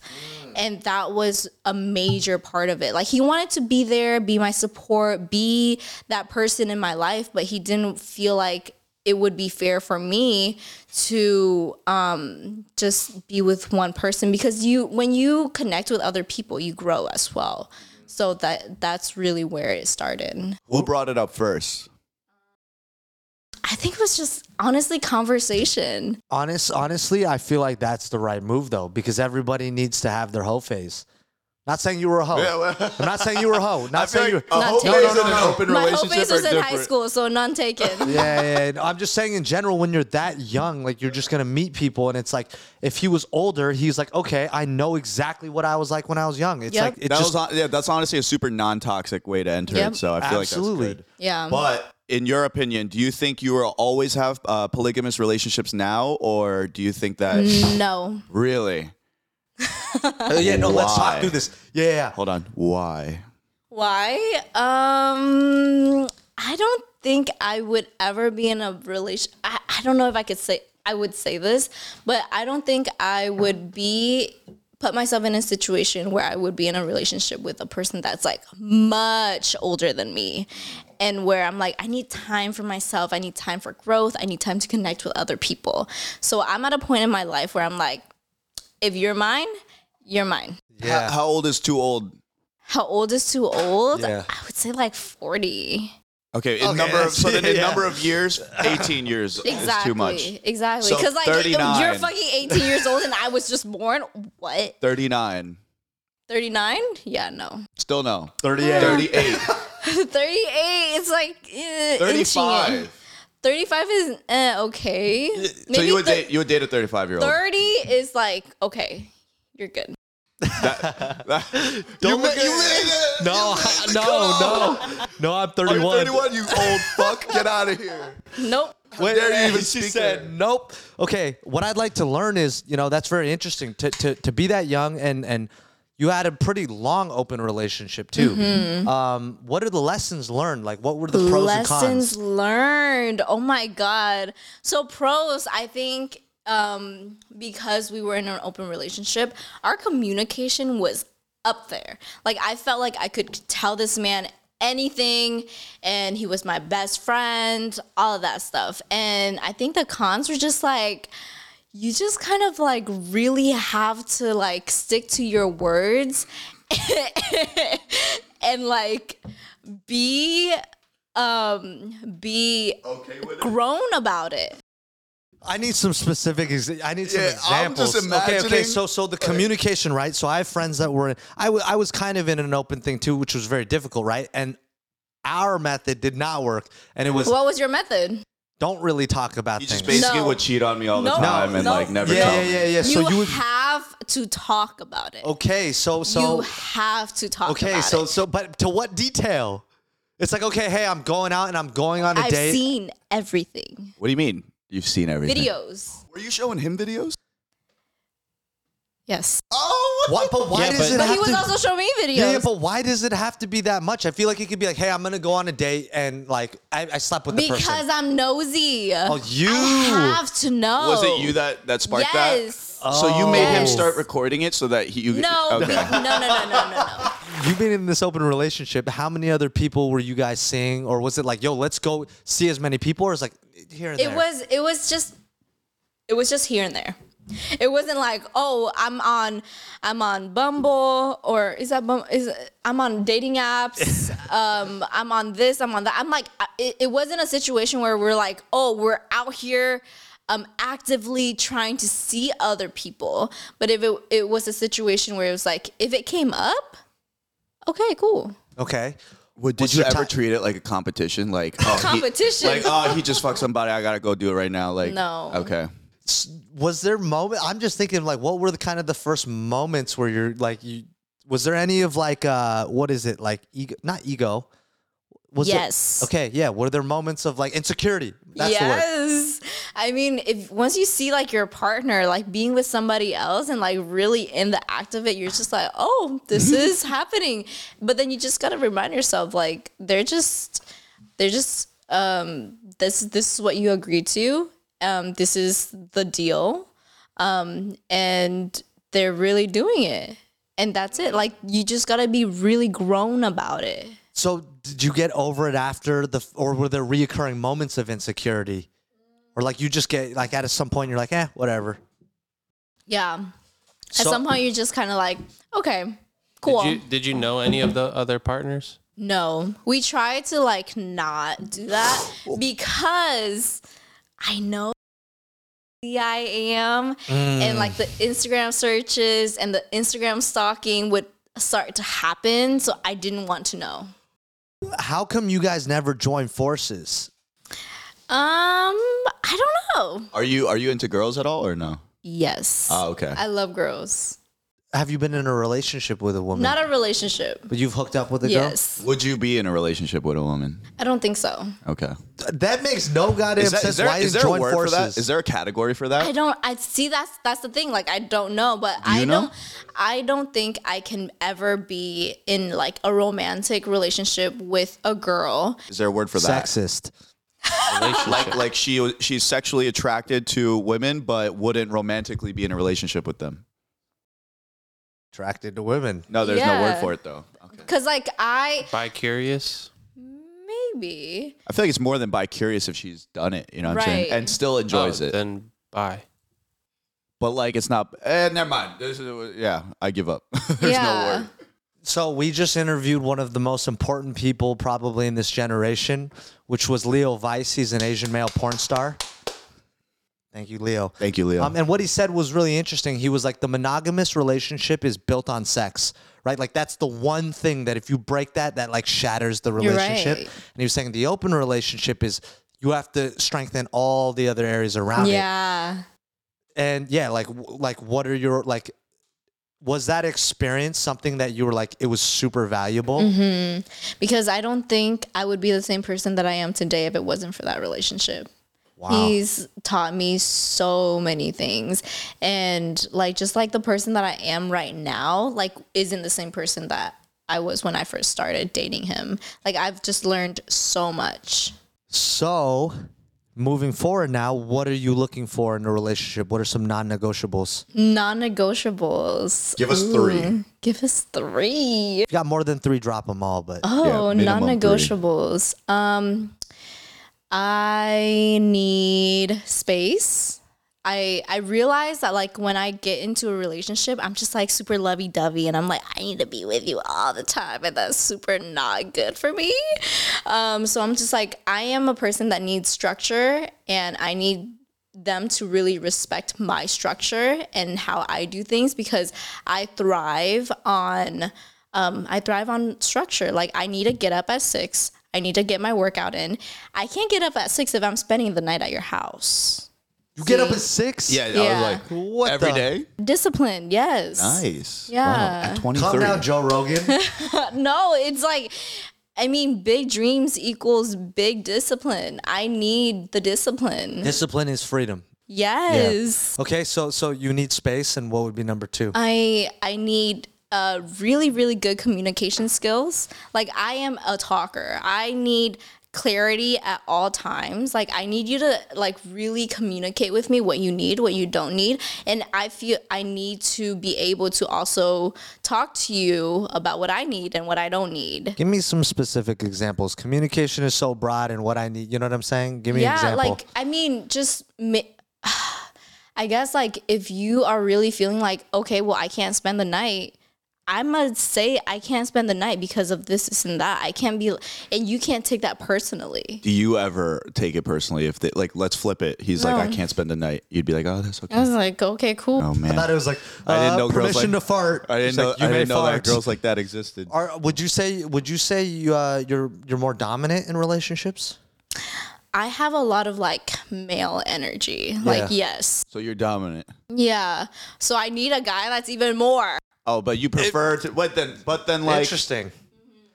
And that was a major part of it. Like he wanted to be there, be my support, be that person in my life, but he didn't feel like it would be fair for me to um, just be with one person because you when you connect with other people you grow as well so that that's really where it started
who brought it up first?
i think it was just honestly conversation
Honest, honestly, I feel like that's the right move though, because everybody needs to have their hoe phase. Not saying you were a hoe.
Yeah, [LAUGHS] well-
Oh. I'm not saying you were a hoe.
[LAUGHS]
Not saying you.
a
Not
whole
taken.
phase and an open
my whole
relationship
face
are
was in
different.
high school so none
[LAUGHS]
taken
yeah, yeah, yeah. No, I'm just saying in general, when you're that young, like you're just gonna meet people, and it's like if he was older, he's like, okay, I know exactly what I was like when I was young. It's
Yep.
like it
That
just
was hon- yeah, that's honestly a super non-toxic way to enter
Yep.
it. So I feel
absolutely.
like that's good.
yeah
But in your opinion, do you think you will always have uh, polygamous relationships now, or do you think that
Mm. no
really?
Uh, yeah, no, let's talk
Why?
through this. Yeah, yeah, yeah.
Hold on, why?
Why? Um, I don't think I would ever be in a relation. I, I don't know if I could say I would say this, but I don't think I would be put myself in a situation where I would be in a relationship with a person that's like much older than me. And where I'm like, I need time for myself. I need time for growth. I need time to connect with other people. So I'm at a point in my life where I'm like, if you're mine, you're mine
How, how old is too old?
how old is too old?
Yeah.
I would say like 40.
Okay, in number of so
[LAUGHS]
then in
yeah.
number of years, eighteen years is
Exactly.
too much.
Exactly.
So
Because like if
39.
you're fucking 18 years old and I was just born. What?
Thirty-nine,
39? Yeah, no.
still no.
[LAUGHS]
38.
Thirty-eight,
38. It's like eh, inching it.
thirty-five.
35 is eh, okay. Maybe
So you would
thir-
date you would date a thirty-five-year-old.
30 is like okay. You're good.
Don't
look at- [LAUGHS] No, I- no, no, no. I'm 31.
Thirty-one, you
[LAUGHS]
old fuck, get out of here.
Nope.
[LAUGHS]
Wait,
dare you even
she
speak
said nope. Okay, what I'd like to learn is, you know, that's very interesting to to, to be that young and and you had a pretty long open relationship too.
Mm-hmm.
Um, what are the lessons learned? Like, what were the pros and
lessons
cons?
learned oh my god so pros i think um because we were in an open relationship our communication was up there like i felt like i could tell this man anything and he was my best friend, all of that stuff. And I think the cons were just like you just kind of like really have to like stick to your words [LAUGHS] and like be um be
Okay with it.
grown about it.
I need some specific. Ex- I need some
Yeah, I'm
examples.
just
okay, okay.
imagining-
So, so the communication, right? So I have friends that were. I wa- I was kind of in an open thing too, which was very difficult, right? And our method did not work, and it was
What was your method?
don't really talk about
You
things.
just basically
No.
would cheat on me all the
No,
time and
no,
like never
yeah,
tell
yeah,
me.
yeah, yeah. So
you,
you would.
have to talk about it.
Okay, so
you
so
have to talk
okay,
about
so
it.
so but to what detail? It's like okay, hey, I'm going out and I'm going on a
I've
date.
seen everything.
What do you mean? You've seen everything.
Videos.
Were you showing him videos?
Yes.
Oh,
What? But why
Yeah,
does
but-
it
But
But
have
he was
to?
also showing me videos.
yeah, yeah, but why does it have to be that much? I feel like it could be like, hey, I'm gonna go on a date and like I, I slept with the
because
person.
I'm nosy.
Oh, you.
I have to know.
Was it you that that sparked
yes.
that? So you made him
Yes.
start recording it so that he you
No,
okay.
be- no, no, no, no, no, no.
You've been in this open relationship. How many other people were you guys seeing, or was it like, yo, let's go see as many people, or it's like here and
It
there?
was it was just it was just here and there. It wasn't like, oh, I'm on I'm on Bumble or is that Bum- is I'm on dating
[LAUGHS]
apps. um, I'm on this, I'm on that. I'm like I- it, it wasn't a situation where we're like, oh, we're out here um actively trying to see other people. But if it it was a situation where it was like if it came up, okay, cool.
okay.
Would, did
What's
you
your
ever
ti-
treat it like a competition? Like oh, he-
Competition.
like oh, he just fucked somebody. I gotta go do it right now. Like
No.
Okay.
Was there moment? I'm just thinking like, what were the kind of the first moments where you're like, you was there any of like, uh, what is it like? Ego, not ego. Was there-
Yes.
okay. Yeah. Were there moments of like insecurity? That's the word.
yes. I mean, if once you see like your partner like being with somebody else and like really in the act of it, you're just like, oh, this
Mm-hmm.
is happening. But then you just gotta remind yourself, like, they're just they're just um this this is what you agreed to. Um, this is the deal. Um, and they're really doing it. And that's it. Like you just gotta be really grown about it.
So did you get over it after the, or were there reoccurring moments of insecurity, or like you just get like at some point you're like, eh, whatever.
Yeah.
So-
At some point, you're just kind of like, okay, cool.
Did you, did you know any of the other partners?
no, we try to like not do that because I know the I am,
Mm.
and like the Instagram searches and the Instagram stalking would start to happen. So I didn't want to know.
how come you guys never join forces?
Um, I don't know.
Are you are you into girls at all or no?
Yes,
Oh, okay.
I love girls.
Have you been in a relationship with a woman?
Not a relationship.
but you've hooked up with a
Yes,
Would you be in a relationship with a woman?
I don't think so.
Okay.
girl. That makes no goddamn
Is, that,
sense.
is there,
Why
is
you
there a
join
word
forces?
for that? Is there a category for that?
I don't. I see. That's that's the thing. Like I don't know, but
you
I
know?
don't. I don't think I can ever be in like a romantic relationship with a girl.
Is there a word for that?
sexist?
Relationship.
Like like she was- she's sexually attracted to women but wouldn't romantically be in a relationship with them.
Attracted to women.
No, there's no word
Yeah.
for it though. Okay.
Cause like I
Bi curious.
maybe
I feel like it's more than bi curious if she's done it, you know what I'm saying?
Right.
And still enjoys
Oh,
it.
Then bi.
but like it's not eh, never mind. This is, yeah, I give up. [LAUGHS] there's no
Yeah.
word.
So we just interviewed one of the most important people probably in this generation, which was Leo Weiss. He's an Asian male porn star. Thank you, Leo.
Thank you, Leo.
Um, and what he said was really interesting. He was like, the monogamous relationship is built on sex, right? Like that's the one thing that if you break that, that like shatters the
You're
relationship.
right.
And he was saying the open relationship is you have to strengthen all the other areas around it.
yeah.
And yeah, like w- like what are your like. Was that experience something that you were like it was super valuable?
Mm-hmm. Because I don't think I would be the same person that I am today if it wasn't for that relationship.
Wow.
He's taught me so many things. And like just like the person that I am right now, like isn't the same person that I was when I first started dating him. Like I've just learned so much.
So moving forward now, what are you looking for in a relationship? What are some non-negotiables? If
Non-negotiables.
Give us three.
Give us three.
you got more than three, drop them all. But
Oh,
minimum three.
non-negotiables. Um, I need space. I I realize that like when I get into a relationship, I'm just like super lovey dovey, and I'm like I need to be with you all the time, and that's super not good for me. Um, so I'm just like I am a person that needs structure, and I need them to really respect my structure and how I do things because I thrive on um, I thrive on structure. Like I need to get up at six. I need to get my workout in. I can't get up at six if I'm spending the night at your house.
you get up at six.
Yeah, I
Yeah.
was like
What
every
the-
day.
Discipline, yes.
Nice.
Yeah.
Wow. At 20,
Calm
30.
down, Joe Rogan.
[LAUGHS] Uh, No, it's like, I mean, big dreams equals big discipline. I need the discipline.
Discipline is freedom.
Yes.
Okay, so so you need space, and what would be number
Uh,
two?
I I need uh, really really good communication skills. Like I am a talker. I need clarity at all times. Like I need you to like really communicate with me what you need, what you don't need, and I feel I need to be able to also talk to you about what I need and what I don't need.
Give me some specific examples. Communication is so broad, and what I need, you know what I'm saying? Give me
yeah,
an example.
like I mean, just ma- [SIGHS] I guess like if you are really feeling like okay, well, I can't spend the night. I must say I can't spend the night because of this, this, and that. I can't be, and you can't take that personally.
Do you ever take it personally if they like let's flip it. He's like, I can't spend the night. You'd be like, Oh, that's okay.
I was like, okay, cool.
oh man.
I thought it was like
[LAUGHS] I didn't
uh,
know girls
permission
like-
to fart.
I didn't
It's
know,
like,
I didn't know that
fart.
girls like that existed.
Are, would you say would you say you uh, you're you're more dominant in relationships?
I have a lot of like male energy. Like yes,
So you're dominant.
yeah. So I need a guy that's even more.
Oh, but you prefer to but then but then like
Interesting.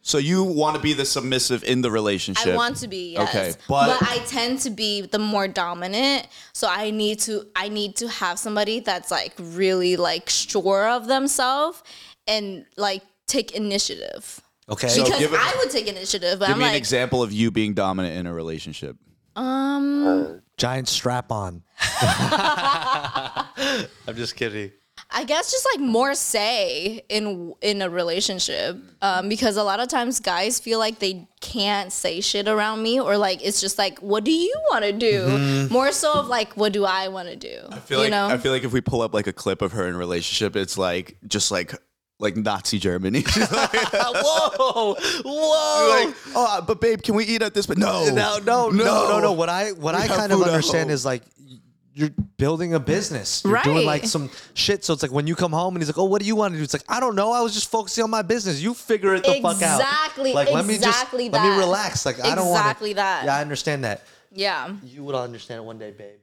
so you want to be the submissive in the relationship.
I want to be yes,
Okay,
but, I tend to be the more dominant. So I need to I need to have somebody that's like really like sure of themselves and like take initiative
Okay.
So
because
give it-
I would take initiative. But
Give
I'm
me
like
an example of you being dominant in a relationship.
giant strap on. I'm just kidding.
I guess just like more say in in a relationship um, because a lot of times guys feel like they can't say shit around me or like it's just like what do you want to do more so of like what do I want to do
Mm-hmm. I feel
you
like
know
I feel like if we pull up like a clip of her in a relationship, it's like just like like Nazi Germany. [LAUGHS] She's like,
[LAUGHS] Whoa! Whoa!
like, oh, but babe, can we eat at this? But no,
no, no, no, no, no, no. What I what I
have
kind of
food at
understand
home.
is like y- you're building a business. You're doing like
Right.
some shit. So it's like when you come home and he's like, "Oh, what do you want to do?" It's like, "I don't know. I was just focusing on my business. You figure it the fuck out."
Exactly,
Like let me just
exactly
let me
that.
relax. Like I don't want
Exactly that.
Yeah, I understand that.
yeah
You would understand it one day, babe.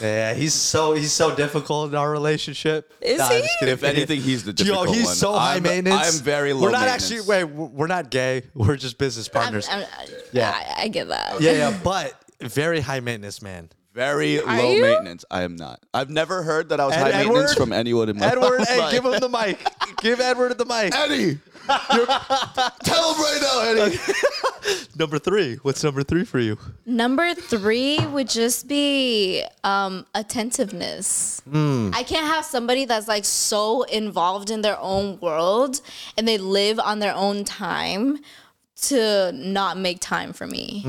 yeah, he's so he's so difficult in our relationship.
Is
I'm
he?
just kidding.
If anything, he's the
Yo,
difficult
he's
one.
so high
I'm,
maintenance.
I'm very low.
We're not
maintenance.
actually. Wait, we're we're not gay. [LAUGHS] We're just business
I'm,
partners.
I'm,
Yeah.
yeah I, I get that
yeah, yeah, but very high
[LAUGHS]
maintenance, man.
very low
you?
maintenance. I am not. I've never heard that I was
Ed-
high maintenance
Edward?
from anyone in my
Edward,
life.
hey, give him the mic. give Edward
[LAUGHS]
the mic.
Eddie. You're, tell him right now, Eddie.
Number three. What's number three for you?
Number three would just be um, attentiveness.
Hmm.
I can't have somebody that's like so involved in their own world and they live on their own time to not make time for me.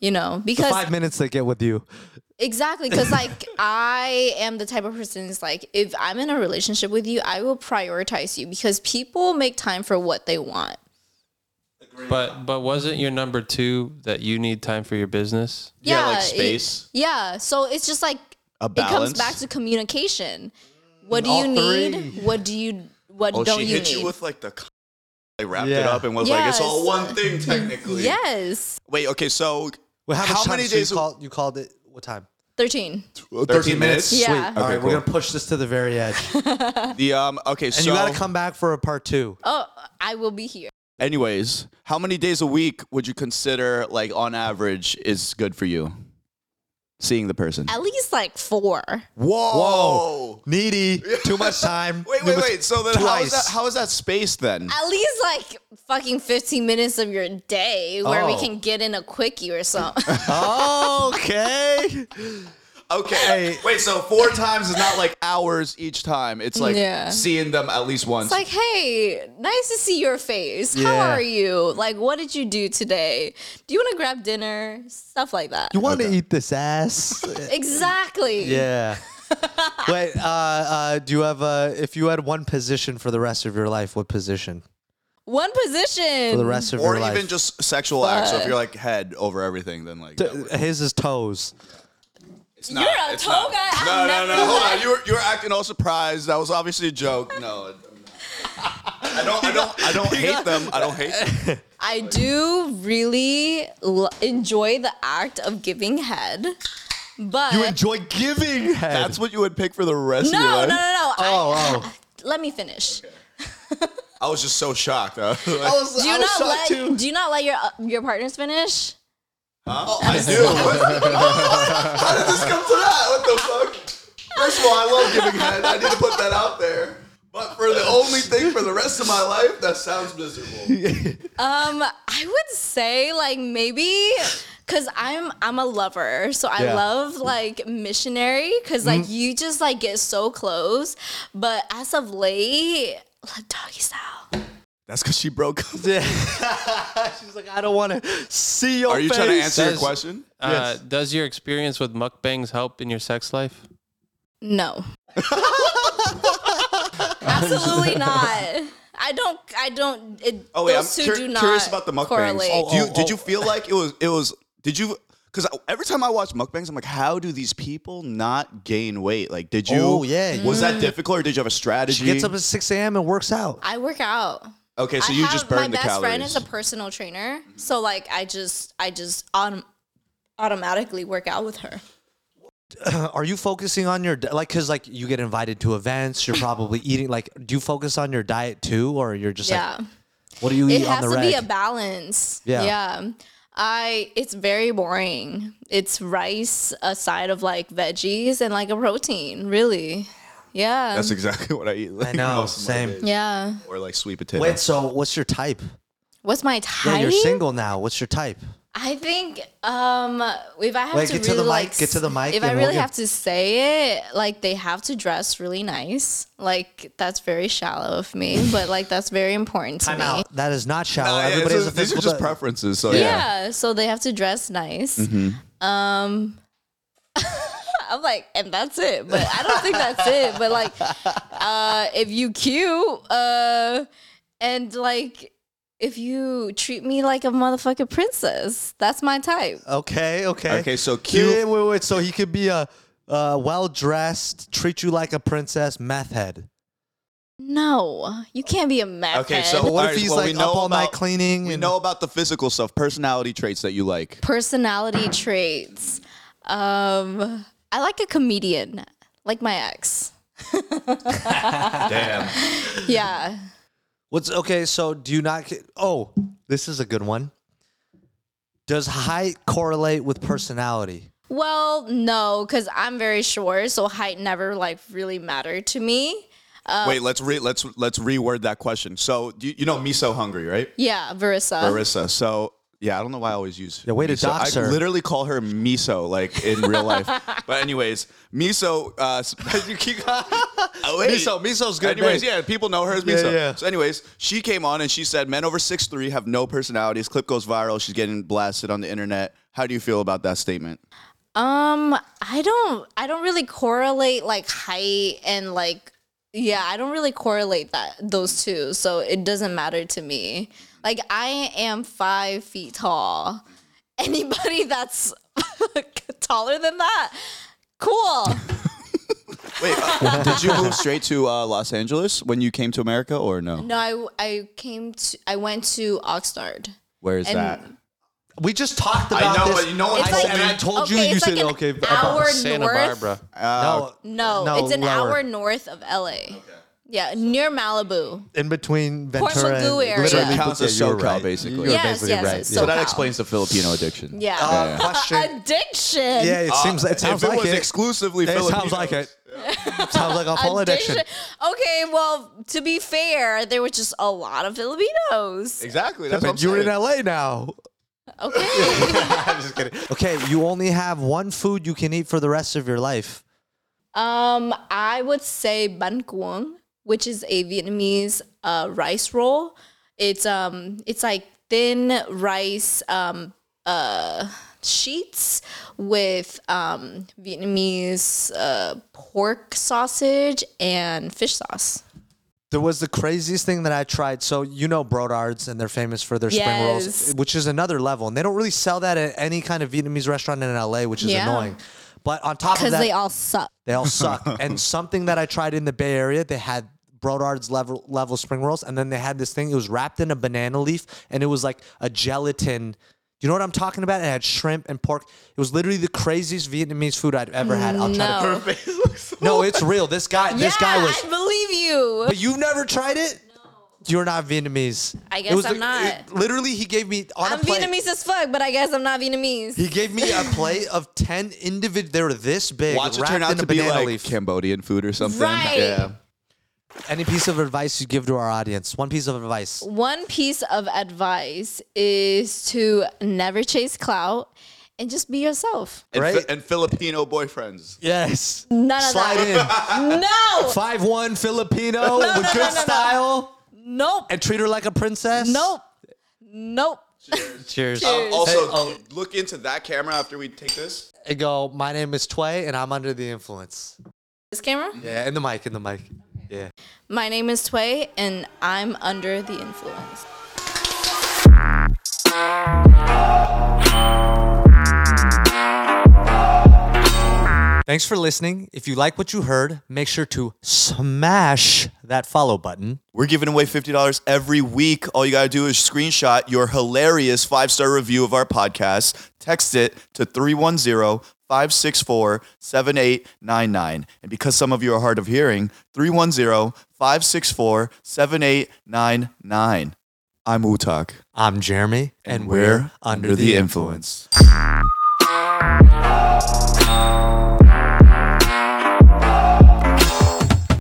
You know, because
Hmm. Five minutes they get with you.
Exactly, because
[LAUGHS]
like I am the type of person is like if I'm in a relationship with you, I will prioritize you because people make time for what they want.
But but wasn't your number two that you need time for your business?
Yeah,
like
it-
space.
yeah, so it's just like
A
it comes
balance?
back to communication. What do
All
you need?
three.
What do you? What
Oh,
don't
she
you
hit
need?
you with like the. c- Like wrapped it
Yeah.
up and was like, it's all
Yes.
one thing technically.
yes,
Wait. Okay. So
Well, how, much
How
time-
many
so you
days-
called, you called it? What time?
thirteen.
13 minutes.
Yeah.
Sweet.
Okay,
All right,
cool.
we're gonna push this to the very edge, and
The um. Okay. so
you gotta come back for a part two.
Oh, I will be here.
Anyways, how many days a week would you consider, like on average, is good for you? Seeing the person.
At least like four.
Whoa. [LAUGHS]
Needy. Too much time.
Wait, wait, wait. So then, how is
Twice.
that? How is that space then?
At least like fucking 15 minutes of your day where we
Oh.
can get in a quickie
[LAUGHS]
or something.
okay.
Okay. Wait, so four times is not like hours each time. It's like
Yeah.
seeing them at least once.
It's like, hey, nice to see your face.
Yeah.
How are you? Like, what did you do today? Do you want to grab dinner? Stuff like that.
You want to eat
[LAUGHS]
this ass?
exactly.
yeah. Wait. Uh, uh, do you have uh, if you had one position for the rest of your life? What position
One position.
for the rest of
or
your
even
life?
just sexual acts. So if you're like head over everything, then like that
T- His is toes.
It's not,
You're a
it's
toe
not.
guy. I've
No, no, no.
never-
Hold on. You were, you were acting all surprised. That was obviously a joke. No. [LAUGHS] it- I don't. I don't. I [LAUGHS] don't hate them. I don't hate them. [LAUGHS]
I do really l- enjoy the act of giving head, but
enjoy giving head.
That's what you would pick for the rest
no,
of
no,
your
no,
life.
no. I-
Oh, oh.
let me finish.
I was just so shocked. I, was like,
Do you not let do you not let your your partners finish?
oh, I do. [LAUGHS] How did this come to that? What the fuck? First of all, I love giving head. I need to put that out there. But for the only thing for the rest of my life, that sounds [LAUGHS] miserable.
Um, I would say like maybe because I'm I'm a lover, so I
Yeah. Mm-hmm.
love like missionary because like you just like get so close. But as of late, like doggy style.
That's because she broke up.
[LAUGHS] She's like, I don't want to see your
Are you trying to
face."
answer your
Says-
question?
Uh, Does your experience with mukbangs help in your sex life?
No, absolutely not. I don't. I don't. It,
Oh wait, I'm
those two
cur-
do not
curious about the mukbangs.
correlate.
Oh, do you, did you feel like it was? It was. Did you? Because every time I watch mukbangs, I'm like, how do these people not gain weight? Like, did you?
Oh, yeah.
Was
Mm.
that difficult, or did you have a strategy?
She gets up at 6 a.m. and works out.
I work out.
okay, so
I
you
have,
just
my
burned the
best friend
calories.
is a personal trainer, so like I just I just autom- automatically work out with her.
Uh, Are you focusing on your di- like? Cause like you get invited to events, you're
[LAUGHS]
probably eating. Like, do you focus on your diet too, or you're just
yeah,
like, what do you
it
eat on
has
the
to
reg?
be a balance.
Yeah.
yeah. I it's very boring. It's rice, a side of like veggies, and like a protein. Really, yeah,
That's exactly [LAUGHS] what I eat.
I
Like,
know,
most of my
same.
days.
yeah.
Or like sweet potato. Oh,
Wait, so what's your type?
What's my
Yeah,
type?
you're single now. What's your type?
I think um if I have
Wait,
to
get to
really
the mic,
like
get to the mic,
If I
and we'll
really
get-
have to say it, like they have to dress really nice. Like that's very shallow of
[LAUGHS]
me, but like that's very important to
Time
me.
out. That is not shallow.
Nah, yeah,
Everybody
it's
has a
just- these are
physical
just
type.
preferences. So yeah.
Yeah, so they have to dress nice.
Mm-hmm.
Um [LAUGHS] I'm like, and that's it. But I don't think that's it. But like uh if you cute, uh and like if you treat me like a motherfucking princess, that's my type.
Okay, okay.
Okay, so
Wait,
cute-
Wait, wait, wait. So he could be a uh, well dressed, treat you like a princess, meth head.
No, you can't be a meth
Okay,
head.
so
But what
Alright,
if he's
well, we
like
know
up all night
about-
cleaning?
We
and-
know about the physical stuff, personality traits that you like.
personality traits. Um, I like a comedian, like my ex.
[LAUGHS] Damn.
Yeah,
What's okay? So do you not? get- Oh, this is a good one. Does height correlate with personality?
Well, no, because I'm very short, so height never like really mattered to me. Uh,
Wait, let's re let's let's reword that question. So you, you know me so hungry, right?
Yeah, Verissa.
Marissa. So yeah, I don't know why I always use.
Yeah, way to
miso.
dox
I
her.
literally call her miso, like in real [LAUGHS] life. But anyways, miso. Uh, s- [LAUGHS] you keep. Oh, wait.
Miso, miso's good
Anyways,
name.
yeah, people know her as
Yeah,
miso.
yeah.
So anyways, she came on and she said, "Men over 6'3 have no personalities." Clip goes viral. She's getting blasted on the internet. How do you feel about that statement?
Um, I don't, I don't really correlate like height and like, yeah, I don't really correlate that those two, so it doesn't matter to me. Like, I am five feet tall. [LAUGHS] Anybody that's [LAUGHS] taller than that, cool.
Wait,
[LAUGHS]
uh, did you move straight to uh, Los Angeles when you came to America, or no?
No, I, I came to, I went to Oxnard.
Where is
And-
that?
We just talked
I
about
know,
this.
but you know what
I
It's
said-
like-
and I told you.
okay,
You
it's
said
like an
okay. but-
hour
Santa
north.
Barbara.
Uh,
no,
No,
no,
it's an
lower.
hour north of LA. Yeah, near Malibu.
in between
Port
Ventura and
Magoo area.
So
literally
it counts as
Yeah, you were
SoCal,
right.
basically.
You were
Yes,
basically
yes,
right.
it's
yeah.
So that
SoCal.
explains the Filipino addiction.
Yeah.
Uh,
[LAUGHS]
question.
Addiction.
Yeah, it seems. It sounds
Uh, if it
like
was
it.
exclusively
it
Filipino,
sounds like it. Sounds like a full addiction.
Addiction- Okay, well, to be fair, there were just a lot of Filipinos.
Exactly. That's
But
what I'm
you're in
saying.
LA now. [LAUGHS]
Okay.
I'm just kidding.
Okay, you only have one food you can eat for the rest of your life.
um, I would say ban kuang, which is a Vietnamese uh, rice roll. It's um, it's like thin rice um, uh, sheets with um, Vietnamese uh, pork sausage and fish sauce.
There was the craziest thing that I tried. So you know Brodards, and they're famous for their spring rolls,
Yes.
which is another level. And they don't really sell that at any kind of Vietnamese restaurant in LA, which is
Yeah.
annoying. But on top of
Because
that,
they all suck.
They all suck. and something that I tried in the Bay Area, they had Brodard's level level spring rolls, and then they had this thing. It was wrapped in a banana leaf, and it was like a gelatin. You know what I'm talking about? It had shrimp and pork. It was literally the craziest Vietnamese food I'd ever had. I'll try
Mm, No.
to. No, it's real. This guy, this guy
Oh. Yeah,
was.
I believe you.
But you've never tried it. You're not Vietnamese.
I
It
guess
was
I'm
the-
not.
it- literally, he gave me on
I'm
a plate.
Vietnamese as fuck, but I guess I'm not Vietnamese.
He gave me a plate of ten individual. They were this big,
Watch it
wrapped
turn
in
out
a
to be
banana
like
leaf.
Cambodian food or something.
Right.
Yeah.
Any piece of advice you give to our audience? One piece of advice.
One piece of advice is to never chase clout and just be yourself.
And,
Right?
Fi- and Filipino boyfriends.
Yes.
None of
Slide
that.
[LAUGHS]
in.
No.
Five one Filipino
no,
with
no,
good
no, no.
style
[LAUGHS] Nope.
and treat her like a princess.
Nope. Nope.
Cheers.
Cheers.
Uh, Also,
um,
look into that camera after we take this.
And go. My name is Tway, and I'm under the influence.
This camera.
Yeah, in the mic, in the mic. Yeah.
My name is Tway, and I'm under the influence.
Thanks for listening. If you like what you heard, make sure to smash that follow button.
We're giving away $50 every week. All you got to do is screenshot your hilarious five star review of our podcast, text it to 310 564 7899. And because some of you are hard of hearing, 310 564 7899. I'm Utak,
I'm Jeremy, and,
we're under the influence.
influence.